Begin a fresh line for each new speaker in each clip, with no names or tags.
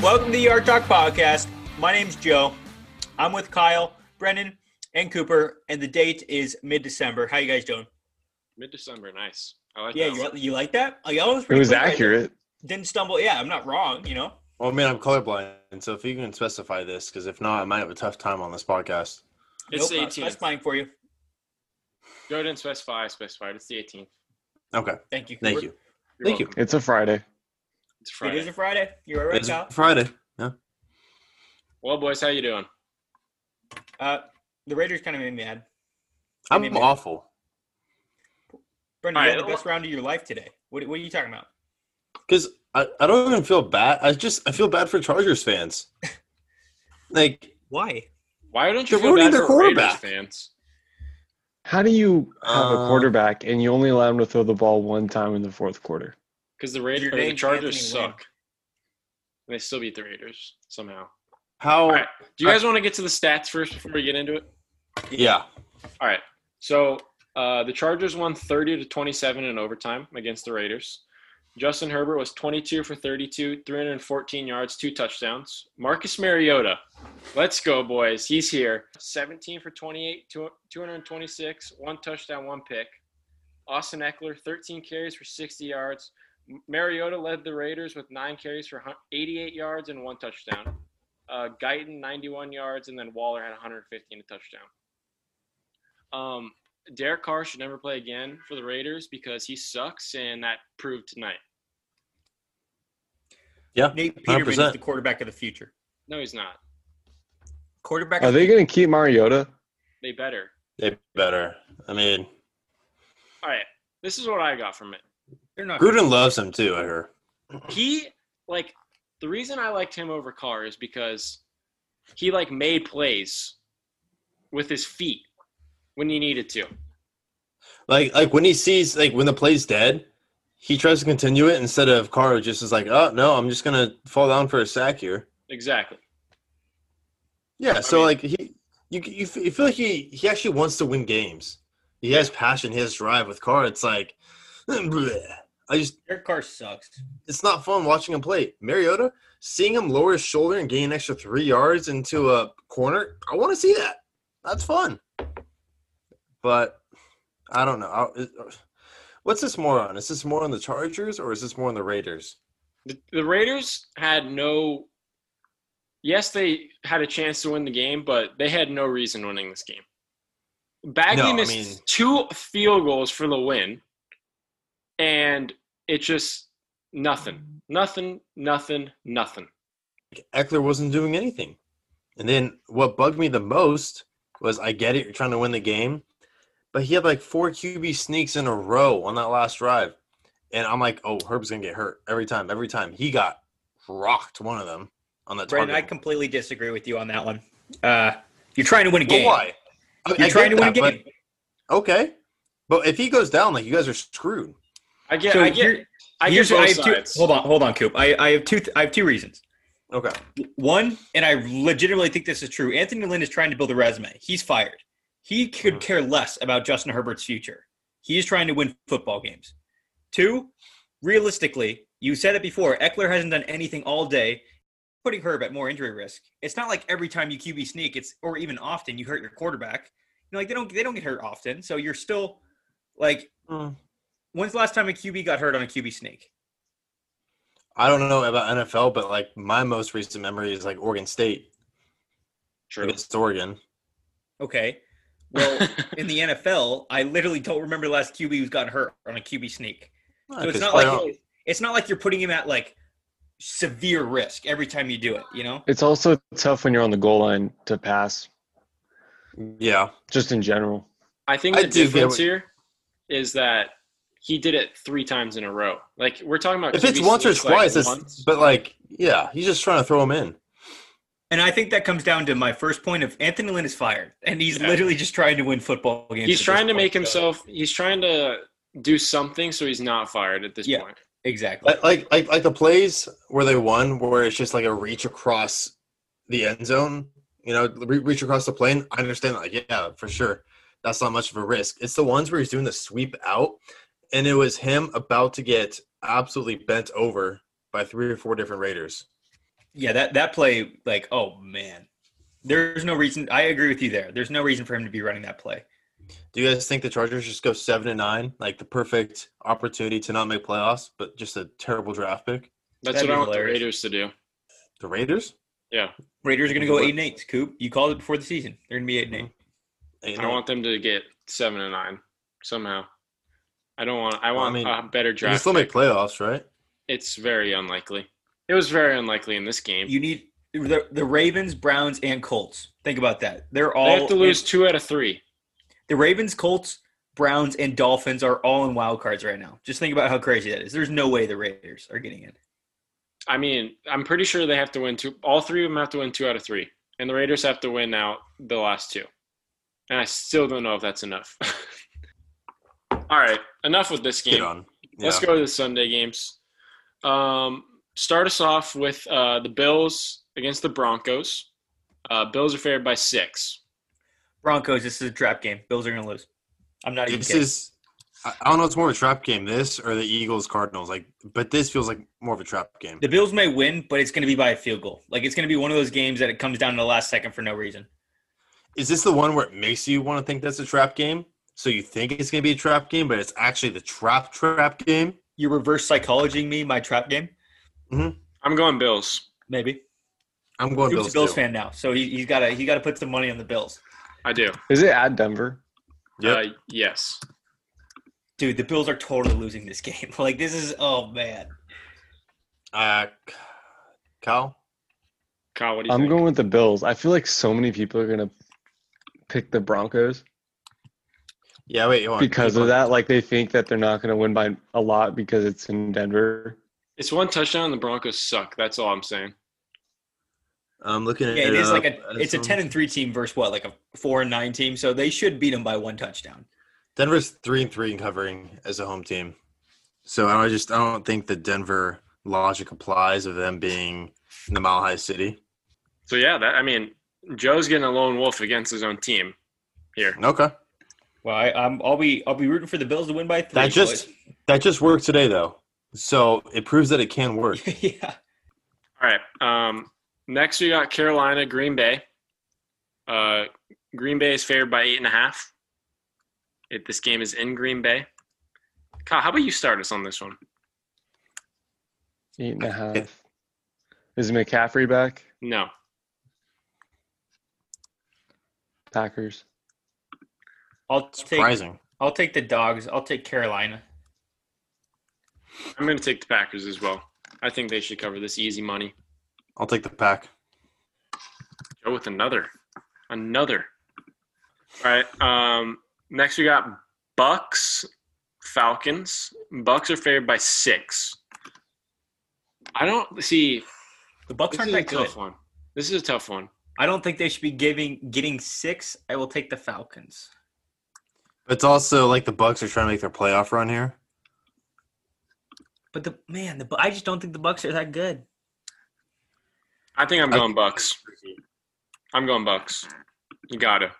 Welcome to the Yard Talk Podcast. My name's Joe. I'm with Kyle, Brennan, and Cooper, and the date is mid-December. How you guys doing?
Mid December, nice. I like
Yeah,
that.
you,
one.
li- you like that? Like, that was
It
pretty
was
quick. I
accurate.
Didn't stumble. Yeah, I'm not wrong. You know.
Well, Oh, man, I'm colorblind, so if you can specify this, because if not, I might have a tough time on this podcast.
Nope, uh,
It's
not
the 18th.
specifying for you.
Joe didn't specify. I specified. It's the 18th.
Okay,
Thank you.
thank
Cooper.
you.
You're
Thank you.
welcome.
It's a Friday.
It's Friday.
It is a Friday. You're all right,
It's
Kyle.
Friday.
well, boys, how you doing?
Uh, the Raiders kind of made me mad.
I'm
mean, man.
awful.
Brennan,
All
you
right,
had the
well-
best round of your life today. What, what are you talking about?
Because I, I don't even feel bad. I just I feel bad for Chargers fans. like
Why?
Why don't you
They're
feel
ruining
bad
their
for Raiders
quarterback.
fans?
How do you have a
Uh,
quarterback and you only allow him to throw the ball one time in the fourth quarter?
Because the Raiders,
Your
or the
name,
Chargers
Anthony Lynn.
suck. And they still beat the Raiders somehow.
how?
All right. Do you guys want to get to the stats first before we get into it?
Yeah,
All right. So uh, the Chargers won 30 to 27 in overtime against the Raiders. Justin Herbert was 22 for 32, 314 yards, two touchdowns. Marcus Mariota, let's go, boys. He's here. 17 for 28, two- 226, one touchdown, one pick. Austin Eckler, 13 carries for 60 yards. M- Mariota led the Raiders with nine carries for hun- 88 yards and one touchdown. Uh, Guyton, 91 yards, and then Waller had 115 a touchdown. Um, Derek Carr should never play again for the Raiders because he sucks, and that proved tonight.
yeah.
Nate Peterman is
100%.
the quarterback of the future.
No, he's not.
Quarterback.
Are
of the
they going to keep Mariota?
They better.
They better. I mean,
All right. This is what I got from it.
They're not.
Gruden loves him too. I hear.
He like the reason I liked him over Carr is because he like made plays with his feet when he needed to.
Like like when he sees like when the play's dead, he tries to continue it instead of Caro just is like, oh no, I'm just gonna fall down for a sack here.
Exactly.
Yeah, so
mean-
like he, you you f- you feel like he he actually wants to win games. He has passion, he has drive. With Carr, it's like, bleh. I just
Derek Carr sucks.
it's not fun watching him play. Mariota, seeing him lower his shoulder and gain an extra three yards into a corner, I want to see that. That's fun. But I don't know. I, it- what's this more on? Is this more on the Chargers or is this more on the Raiders?
The, the Raiders had no. Yes, they had a chance to win the game, but they had no reason winning this game. Bagley
No, I
missed
mean-
two field goals for the win, and it just nothing, nothing, nothing, nothing.
Eckler wasn't doing anything. And then what bugged me the most was I get it, you're trying to win the game, but he had like four QB sneaks in a row on that last drive. And I'm like, oh, Herb's going to get hurt every time, every time. He got rocked one of them on that
Brandon, I
target.
completely disagree with you on that one. Uh, you're trying to win a
Well,
game.
why? I-
You're
I
trying to
get
win a
that,
game.
but- okay. But if he goes down, like you guys are screwed.
I get,
So
I get,
here-
I get
Here's what
both
I have
sides.
two. Hold on, hold on, Coop. I, I have two. I have two reasons.
Okay.
One, and I legitimately think this is true. Anthony Lynn is trying to build a resume. He's fired. He could
Mhm.
care less about Justin Herbert's future. He is trying to win football games. Two, realistically, you said it before. Eckler hasn't done anything all day, putting Herb at more injury risk. It's not like every time you QB sneak, it's or even often you hurt your quarterback. You know, like they don't they don't get hurt often, so you're still like.
Mm.
When's the last time a QB got hurt on a QB sneak?
I don't know about NFL, but like my most recent memory is like Oregon State
True.
against Oregon.
Okay. Well, in the NFL, I literally don't remember the last QB who's gotten hurt on a QB sneak. So it's
Because
not
play
like
on-
it- it's not like you're putting him at like severe risk every time you do it. You know,
It's also tough when you're on the goal line to pass,
yeah.
just in general.
I think
I
the
do get
difference
what-
here is that he did it three times in a row. Like we're talking about
if it's
QB
once or
sneaks, like,
twice,
once.
it's, but like, yeah, he's just trying to throw him in.
and I think that comes down to my first point of Anthony Lynn is fired, and he's
Yeah.
literally just trying to win football games. at
he's
this
trying to
point.
make himself he's trying to do something so he's not fired at this
Yeah.
point
exactly.
Like, like, like, like the plays where they won, where it's just like a reach across the end zone, you know, re- reach across the plane. I understand, like, yeah, for sure, that's not much of a risk. It's the ones where he's doing the sweep out, and it was him about to get absolutely bent over by three or four different Raiders.
Yeah, that that play, like, oh man, there's no reason. I agree with you there. There's no reason for him to be running that play.
Do you guys think the Chargers just go seven and nine, like the perfect opportunity to not make playoffs, but just a terrible draft pick?
That's
That'd
what
be
I want the
hilarious.
Raiders to do.
The Raiders?
Raiders are going to go eight and eight. Coop, you called it before the season. They're going to be eight and eight.
Eight and
I want them to get seven and nine somehow. I don't want. I
Well, I
want
mean,
a better
You can
draft.
still make playoffs, right?
It's very unlikely. It was very unlikely in this game.
You need the the Ravens, Browns, and Colts. Think about that. They're all
they have to lose
in-
two out of three.
the Ravens, Colts, Browns, and Dolphins are all in wild cards right now. Just think about how crazy that is. There's no way the Raiders are getting in.
I mean, I'm pretty sure they have to win two. All three of them have to win two out of three, and the Raiders have to win out the last two. And I still don't know if that's enough. All right, enough with this
Get
game.
on.
Let's go to the Sunday games. Um, start us off with uh, the Bills against the Broncos. Uh, Bills are favored by six.
Broncos, this is a trap game. Bills are going to lose. I'm not even
This
kidding.
is. I I don't know. It's more of a trap game, this or the Eagles Cardinals. Like, but this feels like more of a trap game.
the Bills may win, but it's going to be by a field goal. Like it's going to be one of those games that it comes down to the last second for no reason.
Is this the one where it makes you want to think that's a trap game? So you think it's gonna be a trap game, but it's actually the trap trap game.
You reverse psychologying me my trap game,
I'm going Bills.
maybe.
I'm going
Coop's a
Bills.
Bills
too.
fan now, so he, he's got to he got to put some money on the Bills.
I do.
Is it at Denver?
Yep.
Uh, yes.
Dude, the Bills are totally losing this game. Like this is oh man.
Uh, Kyle.
Kyle, what do you
I'm
think?
going with the Bills. I feel like so many people are gonna pick the Broncos
Yeah, wait. Hold on.
because of
Keep on.
that. Like they think that they're not gonna win by a lot because it's in Denver.
It's one touchdown and the Broncos suck. That's all I'm saying.
I'm looking at
Yeah, it is
up
like a
as
it's a
I'm-
ten and three team versus what like a four and nine team, so they should beat them by one touchdown.
Denver's three and three in covering as a home team, so I don't- I just I don't think the Denver logic applies of them being in the Mile High City.
So yeah, that I mean, Joe's getting a lone wolf against his own team here.
Okay,
Well, I, I'm I'll be I'll be rooting for the Bills to win by three.
that just that just worked today though, so it proves that it can work.
boys. yeah.
All right. Um, next we got Carolina, Green Bay. Uh, Green Bay is favored by eight and a half. If this game is in Green Bay, Kyle, how about you start us on this one?
Eight and a half. Is McCaffrey back?
No,
Packers.
I'll take
Surprising.
I'll take the dogs. I'll take Carolina.
I'm going to take the Packers as well. I think they should cover this easy money.
I'll take the pack.
Go with another, another. All right. Um, next we got Bucks, Falcons. Bucks are favored by six. I don't see.
The Bucks
This
aren't
is a
that good.
tough one. This is a tough one.
I don't think they should be giving getting six. I will take the Falcons.
But it's also like the Bucks are trying to make their playoff run here.
But the man, the Bu- I just don't think the Bucks are that good.
I think I'm
I-
going Bucks. I'm going Bucks. You gotta.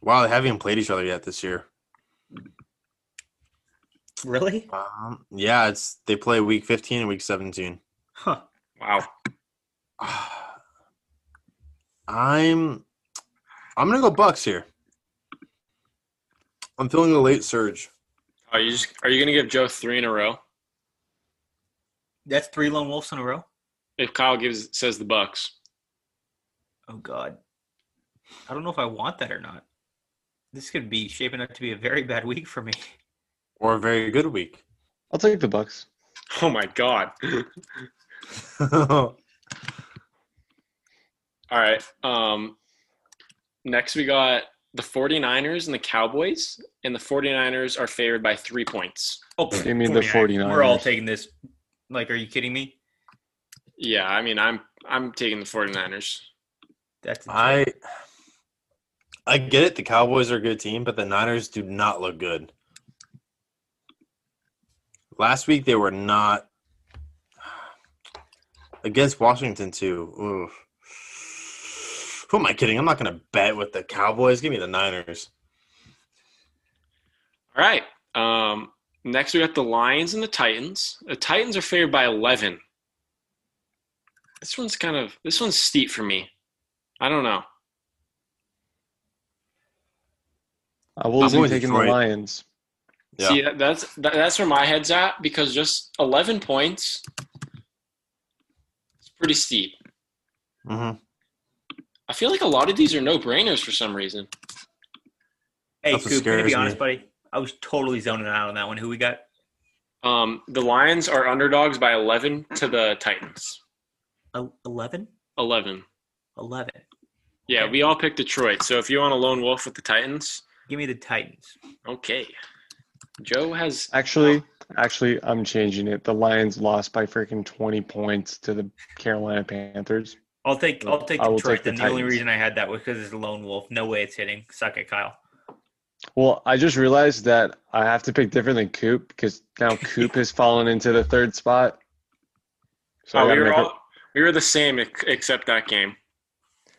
Wow, they haven't even played each other yet this year.
Really?
Um, yeah, it's they play week 15 and week 17.
Huh.
Wow.
I'm I'm gonna go Bucks here. I'm feeling a late surge.
Are Uh, you just, are you gonna give Joe three in a row?
That's three lone wolves in a row.
If Kyle gives says the Bucks,
Oh God. I don't know if I want that or not. This could be shaping up to be a very bad week for me.
Or a very good week.
I'll take the Bucks.
oh my God. All
All
right. Um, next we got the 49ers and the Cowboys, and the 49ers are favored by three points.
Oh,
Give me the 49ers.
We're all taking this. Like, are you kidding me?
Yeah, I mean, I'm I'm taking the 49ers.
That's
I I get it, the Cowboys are a good team, but the Niners do not look good. Last week they were not against Washington too. Oof. Who am I kidding? I'm not gonna bet with the Cowboys. Give me the Niners.
All right. Um, next we got the Lions and the Titans. The Titans are favored by 11. This one's kind of this one's steep for me. I don't know.
I wasn't
with
taking
Detroit.
the Lions.
Yeah.
See, that, that's that, that's where my head's at because just 11 points. It's pretty steep.
Mm-hmm.
I feel like a lot of these are no brainers for some reason.
Hey,
That's what
Coop, can I
scares
be honest,
me.
buddy? I was totally zoning out on that one. Who we got?
Um, the Lions are underdogs by 11 to the Titans.
El- 11?
11.
11.
Yeah, we all picked Detroit. So if you want a lone wolf with the Titans,
Give me the Titans.
okay. Joe has
Actually, actually, I'm changing it. The Lions lost by freaking 20 points to the Carolina Panthers.
I'll take I'll take
I will
Detroit.
take the
then the only
Titans.
reason I had that was because it's a lone wolf. No way it's hitting. Suck it, Kyle.
Well, I just realized that I have to pick different than Coop because now Coop has fallen into the third spot. So I
Oh, we
gotta
were
make
all
up-
we were the same ex- except that game.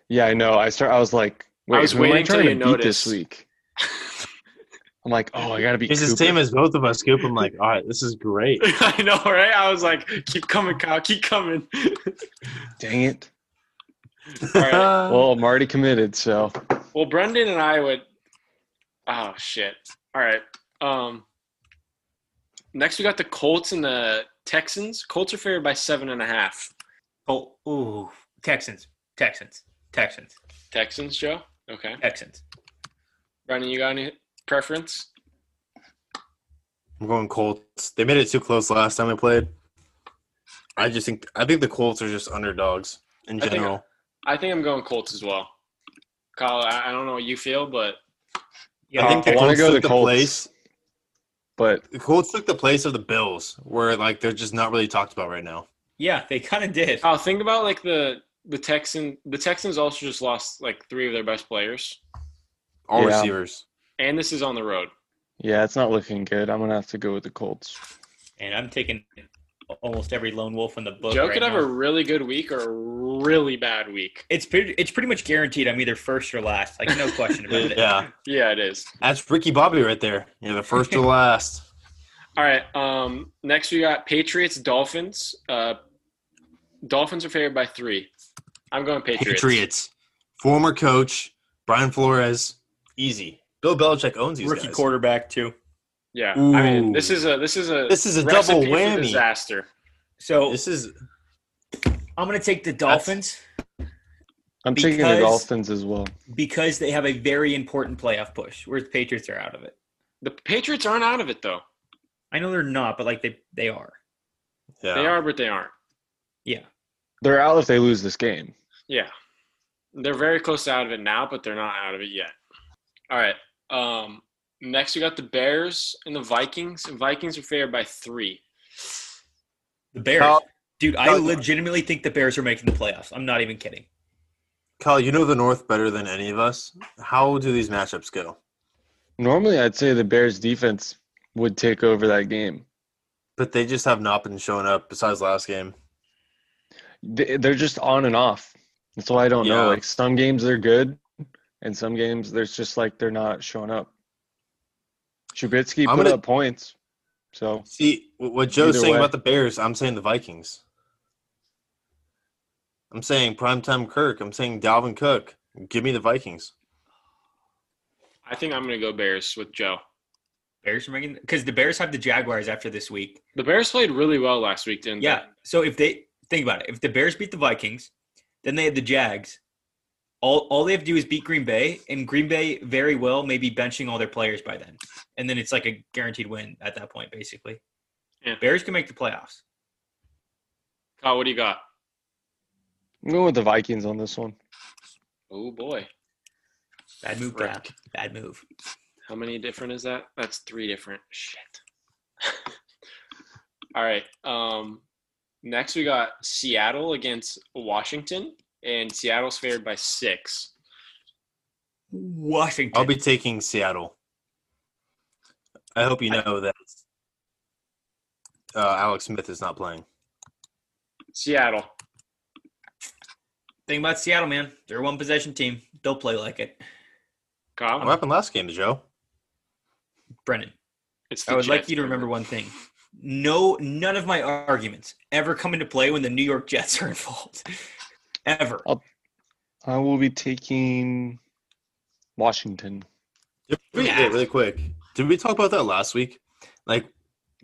Yeah, I know. I start. I was like, wait,
was
who am I
waiting till
trying to
you
beat this
noticed.
week? I'm like, oh, I gotta beat.
He's as
Cooper.
tame as both of us, Coop. I'm like, all right, this is great.
I know, right? I was like, keep coming, Kyle, keep coming.
Dang it!
all right.
Uh.
Well, I'm already committed, so
Well, Brendan and I would. Oh shit! All right. Um. Next, we got the Colts and the Texans. Colts are favored by seven and a half.
Oh, ooh, Texans, Texans, Texans,
Texans, Joe. Okay.
Texans.
Brendan, you got any preference?
I'm going Colts. They made it too close last time we played. I just think I think the Colts are just underdogs in
I think-
general.
I think I'm going Colts as well. Kyle, I, I don't know what you feel, but
I think,
I
the
wanna
Colts
go
took
the
the
Colts.
place.
but
The Colts took the place of the Bills, where like they're just not really talked about right now.
Yeah, they kind of did.
oh, think about like the the Texan. The Texans also just lost like three of their best players,
All
Yeah.
receivers.
and this is on the road.
yeah, it's not looking good. I'm gonna have to go with the Colts.
And I'm taking almost every lone wolf in the book.
Joe
right
could have
now.
a really good week or a really bad week.
It's pretty. It's pretty much guaranteed. I'm either first or last. Like no question about it.
Yeah,
Yeah, it is.
that's Ricky Bobby right there. You're the first or last.
All right. Um, next, we got Patriots, Dolphins. Uh, Dolphins are favored by three. I'm going Patriots.
Patriots. Former coach Brian Flores. Easy. Bill Belichick owns these
Rookie
guys.
quarterback too.
Yeah. I mean,
Ooh.
this is a this is a
This is a double
recipe for
whammy.
disaster.
So
This is
I'm going to take the Dolphins
I'm taking the
Because-
Dolphins as well.
because they have a very important playoff push, whereas the Patriots are out of it.
The Patriots aren't out of it though.
I know they're not, but like they they are.
yeah.
They are, but they aren't.
They're out if they lose this game.
Yeah. They're very close to out of it now, but they're not out of it yet. All right. Um, next, we got the Bears and the Vikings. Vikings are favored by three.
The Bears,
Kyle-
dude. I
Kyle-
legitimately think the Bears are making the playoffs. I'm not even kidding.
Kyle, you know the North better than any of us. How do these matchups go?
Normally, I'd say the Bears defense would take over that game.
But they just have not been showing up besides last game.
They- They're just on and off. That's why I don't
Yeah.
know. Like some games they're good, and some games there's just like they're not showing up. Trubisky
I'm
put
gonna-
up points, so
See, wh- what Joe's
Either
saying
way.
about the Bears, I'm saying the Vikings. I'm saying primetime Kirk. I'm saying Dalvin Cook. Give me the Vikings.
I think I'm going to go Bears with Joe.
Bears are making because the Bears have the Jaguars after this week.
The Bears played really well last week, didn't
Yeah. So if they think about it, if the Bears beat the Vikings, then they have the Jags. All all they have to do is beat Green Bay, and Green Bay very well may be benching all their players by then, and then it's like a guaranteed win at that point, basically.
Yeah.
Bears can make the playoffs.
they? Kyle, what do you got?
I'm going with the Vikings on this one.
Oh boy.
Bad move,
Frick.
Brad. Bad move.
How many different is that? That's three different. Shit. All right. Um next we got Seattle against Washington and Seattle's favored by 6.
Washington.
I'll be taking Seattle. I hope you know that uh, Alex Smith is not playing.
Seattle.
Thing about Seattle, man, they're a one possession team. They'll play like it.
What
Kyle. Um,
happened last game to Joe?
Brennan,
It's
I would like
Jets,
you to
Brendan.
remember one thing. no none of my arguments ever come into play when the New York Jets are involved. ever.
I will be taking Washington.
Did we,
Yeah.
wait, really quick. Did we talk about that last week? Like,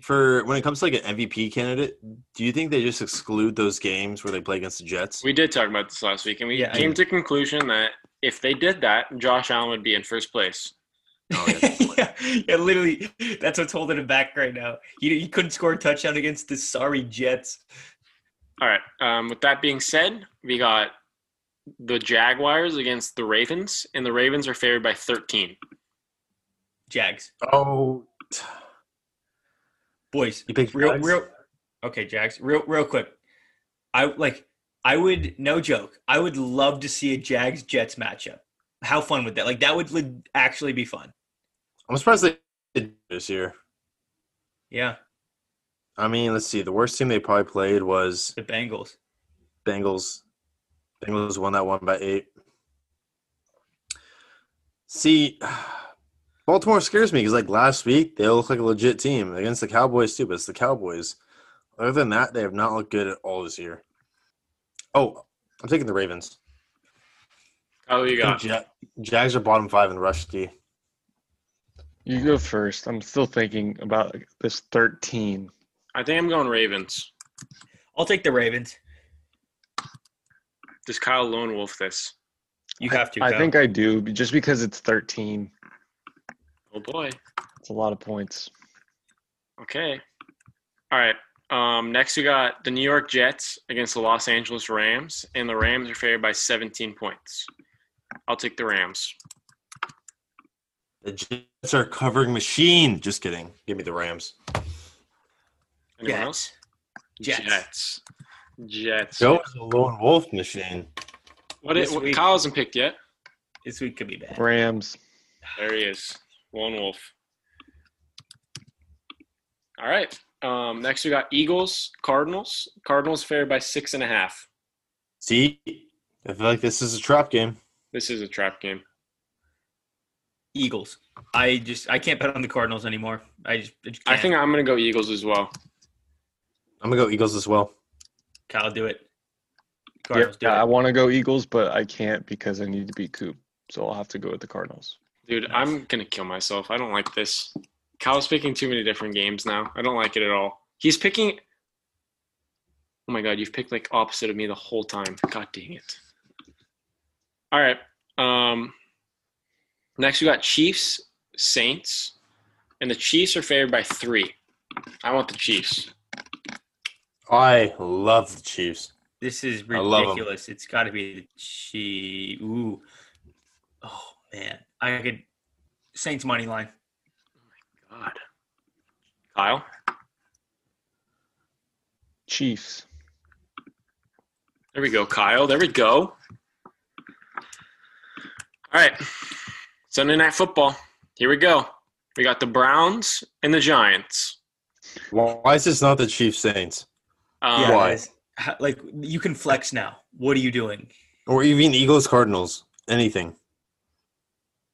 for when it comes to like an MVP candidate, do you think they just exclude those games where they play against the Jets?
We did talk about this last week, and we
Yeah, I
came to conclusion that if they did that, Josh Allen would be in first place.
Oh, yeah.
yeah, yeah, literally, that's what's holding him back right now. He, he couldn't score a touchdown against the sorry Jets.
All right. Um, with that being said, we got the Jaguars against the Ravens, and the Ravens are favored by 13.
Jags.
oh,
Boys,
you picked
real
Jags?
real okay jax real real quick i like i would no joke i would love to see a jags jets matchup how fun would that like that would li- actually be fun
I'm surprised they did this year.
yeah
I mean, let's see. The worst team they probably played was
the bengals
Bengals. Bengals won that one by eight. See, Baltimore scares me because like last week they looked like a legit team against the Cowboys too, but it's the Cowboys. Other than that, they have not looked good at all this year. Oh, I'm taking the Ravens.
Oh, you got
Ja- Jags are bottom five in rush D.
You go first. I'm still thinking about this 13.
I think I'm going Ravens.
i'll take the ravens
Does Kyle Lone Wolf this?
you have to
I
Kyle.
think I do just because it's 13.
Oh, boy.
It's a lot of points.
Okay. All right. Um, next, we got the New York Jets against the Los Angeles Rams, and the Rams are favored by 17 points. I'll take the Rams.
The Jets are a covering machine. Just kidding. Give me the Rams.
Anyone
Jets.
else?
Jets.
Jets. Jets.
Joe is a lone wolf machine.
What it,
This
what,
week-
Kyle hasn't picked yet.
this week could be bad
Rams.
There he is, Lone Wolf. All right. Um, next, we got Eagles, Cardinals. Cardinals favored by six and a half.
See, I feel like this is a trap game.
This is a trap game.
eagles i just i can't bet on the cardinals anymore i just, I just
I think I'm going to go Eagles as well.
I'm gonna go Eagles as well.
kyle do it
Yeah,
cardinals do
I
it
want to go Eagles, but I can't because I need to beat Coop. So I'll have to go with the Cardinals.
Dude, I'm going to kill myself. I don't like this. Kyle's picking too many different games now. I don't like it at all. He's picking. Oh my God, you've picked like opposite of me the whole time. God dang it. All right. Um, next, we got Chiefs, Saints, and the Chiefs are favored by three. I want the Chiefs.
I love the Chiefs.
this is
I love 'em.
ridiculous it's got to be the she ooh oh man i could saints money line
God. Kyle?
Chiefs.
There we go, Kyle. There we go. All right. Sunday night football. Here we go. We got the Browns and the Giants.
Why is this not the Chiefs Saints
Um,
Yeah,
Why?
guys. How- like you can flex now. What are you doing?
or even Eagles Cardinals? Anything?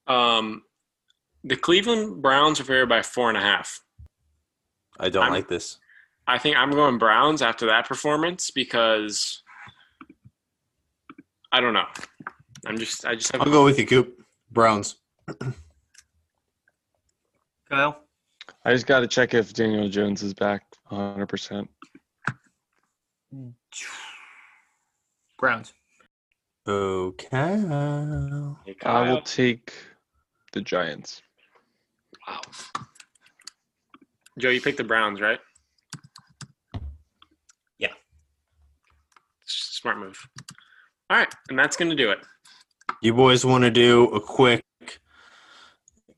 Um, the Cleveland Browns are favored by four and a half.
I don't
I'm-
like this.
I think I'm going Browns after that performance because I don't know. I'm just I just have
I'll go with you, Coop. Browns.
Kyle,
I just got to check if Daniel Jones is back 100%.
Browns.
Okay.
Hey, Kyle.
I will take the Giants.
Wow. Joe, you picked the Browns, right?
Yeah.
S- Smart move. All right, and that's going to do it.
You boys want to do a quick,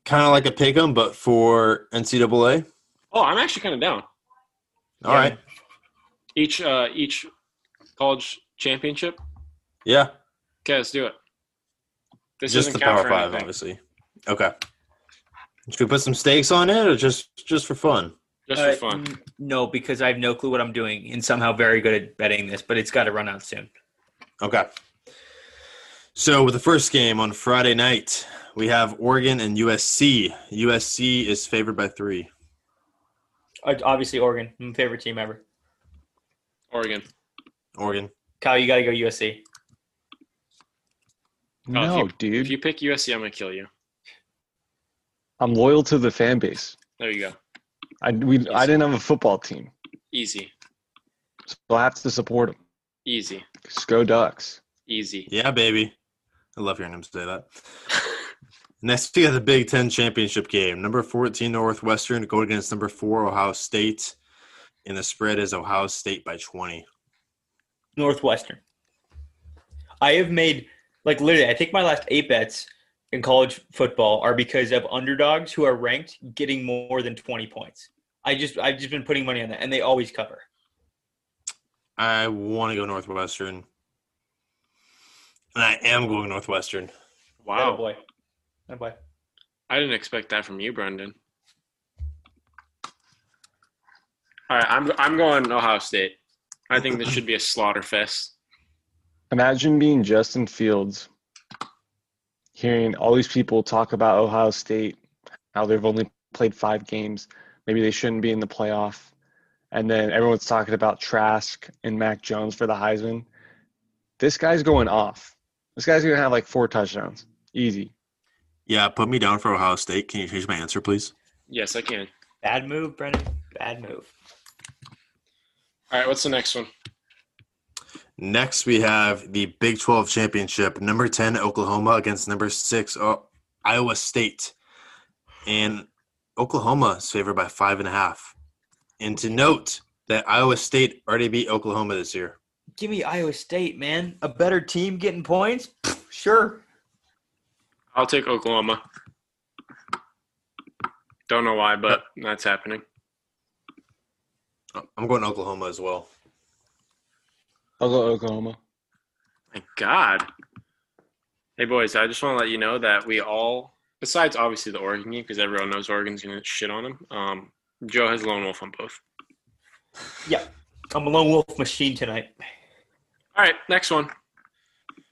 kind of like a pick 'em, but for NCAA.
Oh, I'm actually kind of down.
All right.
Each uh, each college championship.
Yeah.
Okay, let's do it. This
just the
doesn't count
Power
for
Five,
anything.
obviously. Okay. Should we put some stakes on it, or just just for fun?
Just
Uh,
for fun.
n- No, because I have no clue what I'm doing, and somehow very good at betting this, but it's got to run out soon.
Okay. So with the first game on Friday night, we have Oregon and USC. USC is favored by three.
Uh, Obviously, Oregon, my favorite team ever.
Oregon.
Oregon.
Kyle, you got to go USC.
Oh,
No, dude.
If you pick USC, I'm gonna kill you.
I'm loyal to the fan base.
There you go.
I we
Yes.
I didn't have a football team,
Easy,
so I have to support them.
easy,
Just go Ducks.
easy.
Yeah, baby. I love hearing him say that. Next, we got the Big Ten championship game. Number 14, Northwestern, going against number four, Ohio State. And the spread is Ohio State by 20.
Northwestern. I have made like literally. I think my last eight bets in college football are because of underdogs who are ranked getting more than twenty points. I just I've just been putting money on that, and they always cover.
I want to go Northwestern. And I am going Northwestern.
Oh
Wow,
boy, oh boy.
I didn't expect that from you, Brendan. All right, I'm I'm going Ohio State. I think this should be a slaughter fest.
Imagine being Justin Fields, hearing all these people talk about Ohio State, how they've only played five games, maybe they shouldn't be in the playoff, and then everyone's talking about Trask and Mac Jones for the Heisman. This guy's going off. This guy's gonna have like four touchdowns, easy.
Yeah, put me down for Ohio State. Can you change my answer, please?
Yes, I can.
Bad move, Brendan. Bad move.
All right, what's the next one?
Next, we have the Big 12 championship. Number 10, Oklahoma against number six, O- Iowa State. And Oklahoma is favored by five and a half. And to note that Iowa State already beat Oklahoma this year.
Give me Iowa State, man. A better team getting points? Pfft, Sure.
I'll take Oklahoma. Don't know why, but that's happening.
I'm going Oklahoma as well.
I'll go Oklahoma.
My God. Hey, boys, I just want to let you know that we all, besides obviously the Oregon game, because everyone knows Oregon's going to shit on him, um, Joe has lone wolf on both.
Yeah. I'm a lone wolf machine tonight.
All right, next one.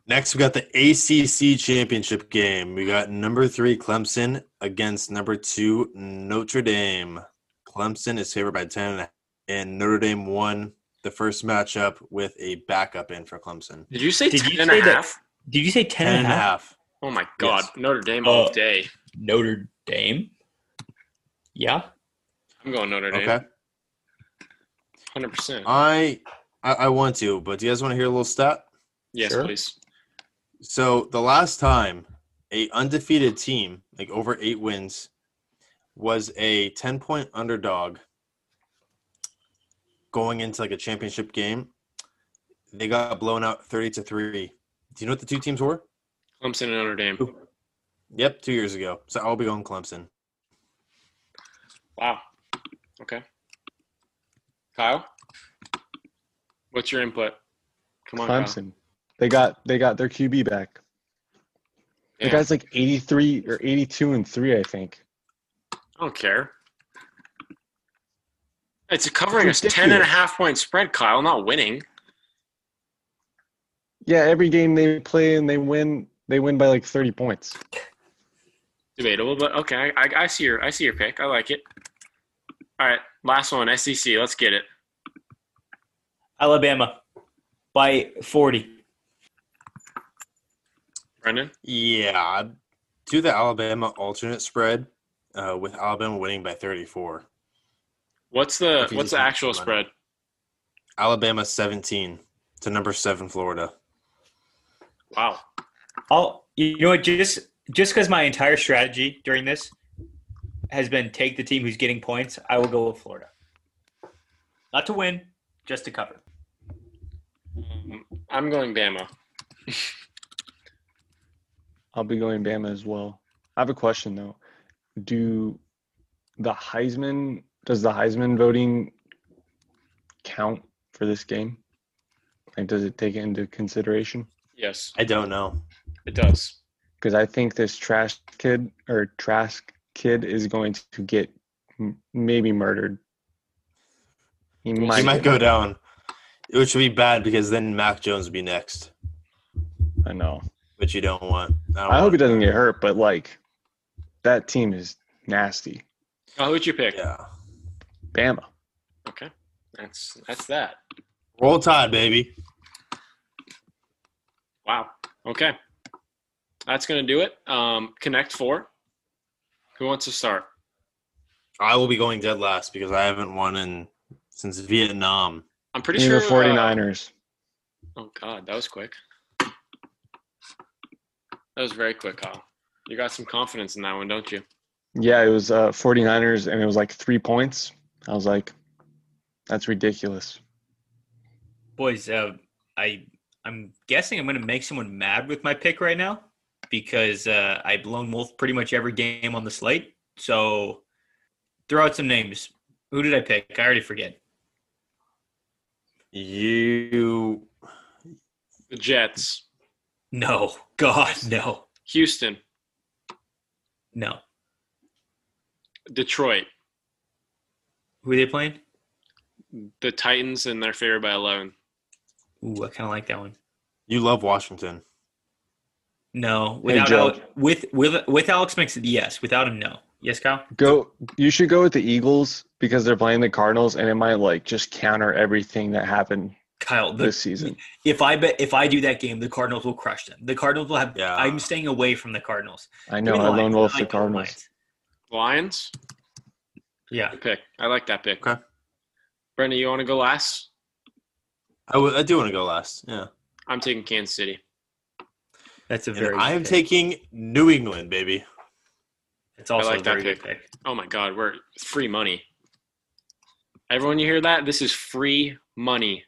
Next, we got the ACC championship game. We got number three, Clemson against number two, Notre Dame. Clemson is favored by 10, and Notre Dame won the first matchup with a backup in for Clemson.
Did you say
Did
ten
you
and a half?
say that- Did you say 10
10 and a half.
Oh, my God.
Yes.
Notre Dame
Oh.
all day.
Notre Dame? Yeah.
I'm going Notre Dame.
Okay. Uh,
100%.
I, I I want to, but do you guys want to hear a little stat?
yes,
sure.
please.
So the last time a undefeated team, like over eight wins, was a ten point underdog going into like a championship game, they got blown out thirty to three. Do you know what the two teams were?
Clemson and Notre Dame.
Yep, two years ago. So I'll be going Clemson.
Wow. Okay. Kyle, what's your input? Come on, Kyle.
Clemson. They got they got their QB back. The
Yeah.
guy's like 83 or 82 and three, I think.
I don't care. It's covering a 10 and a
ridiculous.
half point spread, Kyle, not winning.
Yeah, every game they play and they win, they win by like 30 points.
Debatable, but okay. I, I see your I see your pick. I like it. All right, last one, SEC. Let's get it.
Alabama by 40.
Brendan,
Yeah, I'd do the Alabama alternate spread uh, with Alabama winning by thirty four.
what's the
If you
what's
just
the
need
actual
some
spread?
money. Alabama seventeen to number seven Florida.
Wow.
I'll, you know what? Just just because my entire strategy during this has been take the team who's getting points, I will go with Florida. Not to win, just to cover.
I'm going Bama.
I'll be going Bama as well. I have a question though. Do the Heisman does the Heisman voting count for this game? Like does it take it into consideration?
Yes,
I don't know.
it does.
Because I think this trash kid or Trask kid is going to get m- maybe murdered. He might,
He might go down, which would be bad because then Mac Jones would be next,
I know.
which you don't want. I, don't
I hope
want-
he doesn't get hurt, but like that team is nasty.
Kyle, who's your Oh, pick?
Yeah.
Bama.
Okay, that's that's that.
Roll Tide, baby.
Wow. Okay, that's gonna do it. Um, Connect four. Who wants to start?
I will be going dead last because I haven't won in since Vietnam.
I'm pretty
Neither
sure. uh,
49ers.
oh God, that was quick. That was very quick, Kyle. You got some confidence in that one, don't you?
Yeah, it was uh, 49ers, and it was like three points. I was like, that's ridiculous.
boys uh, i i'm guessing i'm going to make someone mad with my pick right now because uh, i've blown wolf pretty much every game on the slate so throw out some names who did i pick i already forget
You
The Jets,
no god no
Houston,
no
Detroit,
who are they playing
the Titans, and they're favored by 11.
ooh i kind of like that one
you love Washington.
no
Hey,
without
Joe.
Al- with with with alex mix yes without him no yes kyle
Go. You should go with the Eagles because they're playing the Cardinals, and it might like just counter everything that happened
kyle the,
this season.
if i bet if i do that game the cardinals will crush them the cardinals will have
Yeah.
i'm staying away from the cardinals
I
Give
know.
me
I
the
lone
Lions.
wolf
I
the
like the
Cardinals.
Lions.
Lions?
yeah
Good pick. I like that pick.
Okay.
Brendan, you want to go last?
I, w- I do want to go last. Yeah.
I'm taking Kansas City.
that's a
And
very
I
good
am
pick.
taking New England, baby.
It's also
like
a
that
very good pick.
Oh my God, we're it's free money. Everyone, you hear that? This is free money.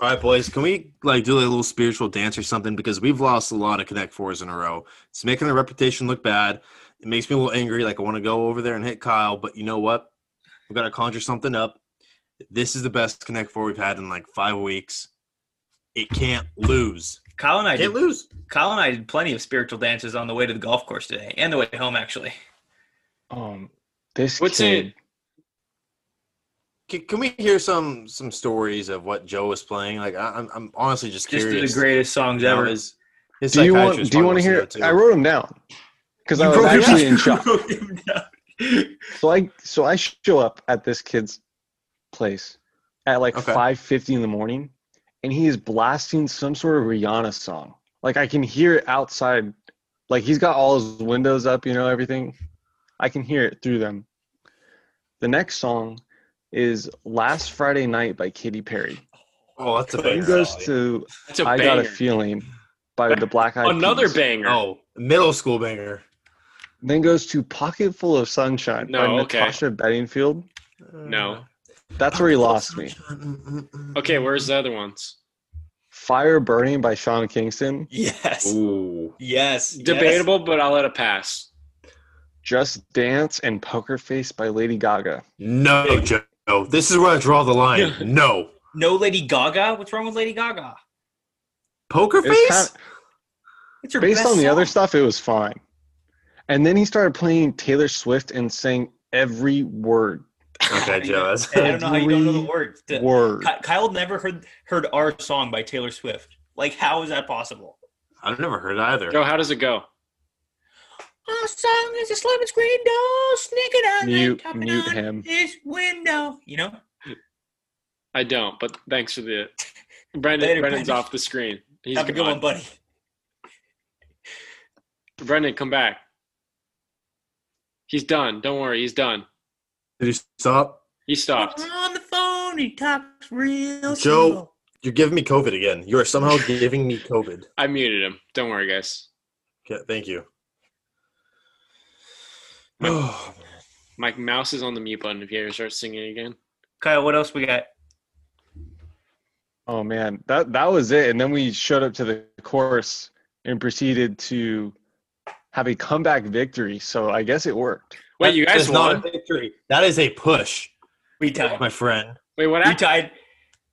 All right, boys, can we like do like, a little spiritual dance or something? Because we've lost a lot of Connect Fours in a row. It's making the reputation look bad. It makes me a little angry. Like I want to go over there and hit Kyle, but you know what? We've got to conjure something up. This is the best Connect Four we've had in like five weeks. It can't lose.
Kyle and I
It
did,
can't lose.
Kyle and I did plenty of spiritual dances on the way to the golf course today and the way home actually.
Um, this
What's
kid.
it?
Can, can we hear some some stories of what Joe was playing? Like I, I'm, I'm honestly just
Just
curious.
the greatest songs
You know,
ever.
his- his
Do you want?
psychiatrist
Do you want to
probably
hear?
listens to that,
I
too.
wrote them down because I
You
was
wrote him
actually
down.
in shock.
You wrote him down.
So I so I show up at this kid's place at like
Okay.
five fifty in the morning, and he is blasting some sort of Rihanna song. Like I can hear it outside. Like he's got all his windows up, you know everything. I can hear it through them. The next song is "Last Friday Night" by Katy Perry.
Oh, that's a
He
He
banger.
goes to
That's a
"I Got
banger.
a Feeling" by the Black Eyed
Another
Peas.
banger.
Oh, middle school banger.
Then goes to "Pocket Full of Sunshine" by
No, okay.
Natasha Bedingfield.
No.
That's where he lost me.
Okay, where's the other ones?
Fire Burning by Sean Kingston,
Yes.
Ooh.
Yes.
Debatable, but I'll let it pass.
Just Dance, and Poker Face by Lady Gaga.
No, Joe. This is where I draw the line. No.
No Lady Gaga? What's wrong with Lady Gaga?
Poker
It was
face?
kind
It's her
based
best
on the
song.
other stuff, it was fine. And then he started playing Taylor Swift and sang every word.
okay, Joe. That's,
I don't know how you don't know the
Every
words. The-
Word.
Ky- Kyle never heard heard our song by Taylor Swift. Like how is that possible?
I've never heard either.
Joe, how does it go?
Our song is a slip screen door, sneaking on
Mute-
and tapping
mute
on
him.
this window. You know?
I don't, but thanks for the. Brendan,
Later,
Brendan's
Brendan.
off the screen. He's
Have a good
gone.
one, buddy.
Brendan, come back. He's done. Don't worry, he's done.
Did you stop?
He stopped.
On the phone, he talks real
Joe.
slow.
You're giving me COVID again. You are somehow giving me COVID.
I muted him. Don't worry, guys.
Okay, thank you.
My-
Oh,
My mouse is on the mute button if you ever start singing again.
Kyle, what else we got?
Oh man, that that was it. And then we showed up to the course and proceeded to have a comeback victory. So I guess it worked.
Wait, you
that
guys
is not a
won?
victory. That is a push,
We tied.
my friend.
Wait, what
We
happened?
tied.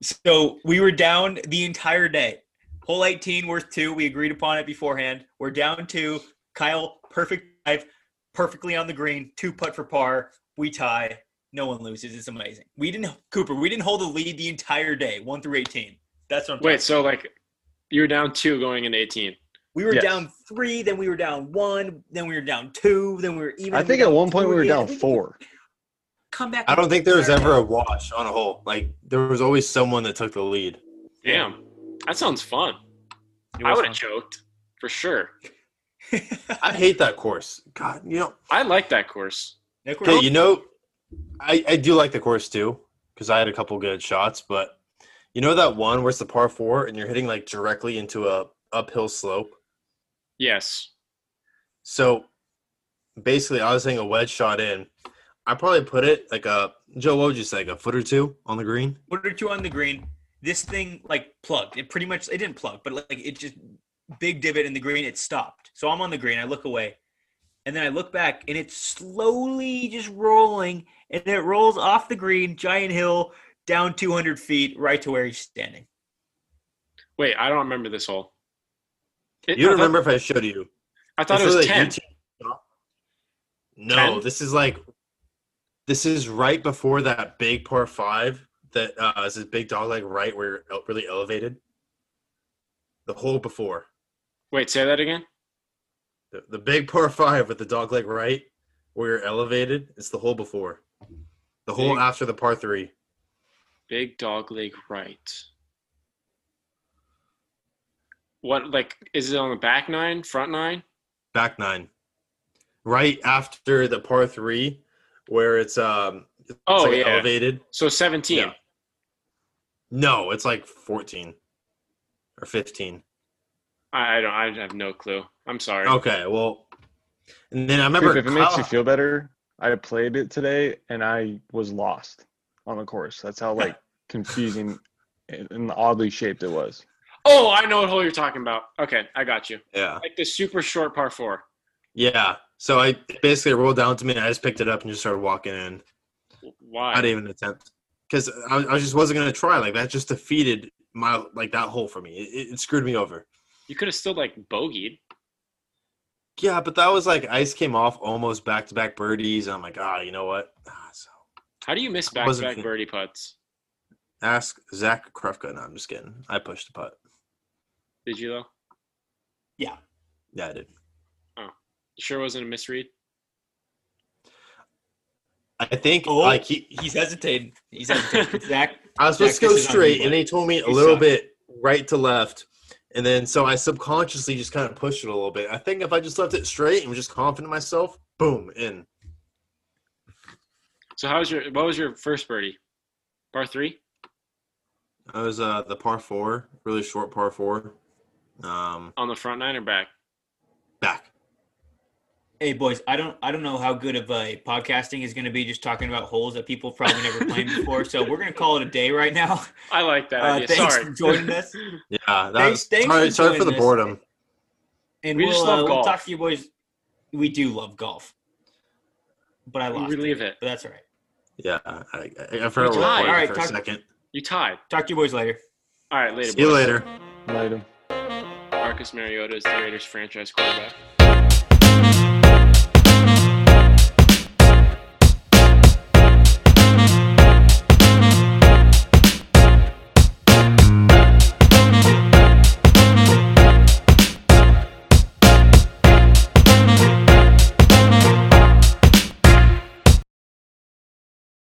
So we were down the entire day. Hole 18 worth two. We agreed upon it beforehand. We're down two. Kyle, perfect drive, perfectly on the green, two putt for par. We tie. No one loses. It's amazing. We didn't, Cooper, we didn't hold the lead the entire day, one through 18. That's what I'm
Wait,
talking
so like you were down two going into 18.
We were
Yes.
down three, then we were down one, then we were down two, then we were even.
I
then we
think
were
at
down
one point
two
we were
again.
down four.
come back.
I don't
and-
think there was ever a wash on a hole. Like there was always someone that took the lead.
Damn, that sounds fun.
It
I
was
would have
fun.
choked for sure.
I hate that course. God, you know.
I like that course.
Nick, we're-
Okay, you know, I I do like the course too because I had a couple good shots, but you know that one where it's the par four and you're hitting like directly into a uphill slope.
Yes.
So basically, I was hitting a wedge shot in. I probably put it like a Joe. What would you say, like a foot or two on the green?
foot or two on the green. This thing like plugged. It pretty much it didn't plug, but like it just big divot in the green. It stopped. So I'm on the green. I look away, and then I look back, and it's slowly just rolling, and it rolls off the green, giant hill down 200 feet, right to where he's standing.
Wait, I don't remember this hole. It-
You
I
don't
thought-
remember if I showed you?
I thought it
This
was
is like
ten.
YouTube- No,
10?
this is like this is right before that big par five that uh is this big dog like right where you're el- really elevated. The hole before
Wait, say that again.
the, the big par five with the dog leg right where you're elevated. It's the hole before the hole
Big-
after the par three.
Big dog leg right. What like is it on the back nine, front nine?
back nine, right after the par three, where it's um it's
Oh
like
yeah.
elevated.
So seventeen.
Yeah. No, it's like fourteen or fifteen.
I, I don't. I have no clue. I'm sorry.
Okay, well, and then I
Dude,
remember
if it makes you
Kyle-
feel better, I played it today and I was lost on the course. That's how like confusing and and oddly shaped it was.
Oh, I know what hole you're talking about. Okay, I got you.
yeah,
Like the super short par four.
yeah. So I it basically rolled down to me, and I just picked it up and just started walking in.
Why?
I didn't even attempt because I, I just wasn't gonna try. Like that just defeated my like that hole for me. It, it- it screwed me over.
You could have still like bogeyed.
Yeah, but that was like ice came off almost back to back birdies, and I'm like, ah, you know what? Ah, so
How do you miss
I
back to
wasn't
back
thinking-
birdie putts?
Ask Zach Krefka. No, I'm just kidding. I pushed the putt.
Did you though?
Yeah, I did.
You sure wasn't a misread.
I think
Oh.
like he,
He's hesitating. He's hesitating. Zach,
I was supposed
Zach,
to go
this is on
straight,
you,
and
bud.
he told me a
You
little
suck.
bit right to left, and then so I subconsciously just kind of pushed it a little bit. I think if I just left it straight and was just confident in myself, boom, in.
So how was your? What was your first birdie? Par three.
I was uh the par four, really short par four, um
on the front nine or back?
back.
hey boys, I don't I don't know how good of a podcasting is going to be just talking about holes that people probably never played before. So we're going to call it a day right now.
I like that
Uh,
idea.
thanks
Sorry.
for joining us.
Yeah, that
Thanks-
was,
thanks
sorry,
for
sorry for
doing
the
this.
boredom.
And
We
we'll,
just love
uh, we'll
golf.
talk to you boys. We do love golf, but I
You
lost.
relieve it.
But that's all right.
Yeah, I, I, I forgot
All
what
right,
for a
talk-
second.
You tied.
Talk to you boys later.
All right, later.
See you
boys.
later.
Later.
Marcus Mariota is the Raiders franchise quarterback.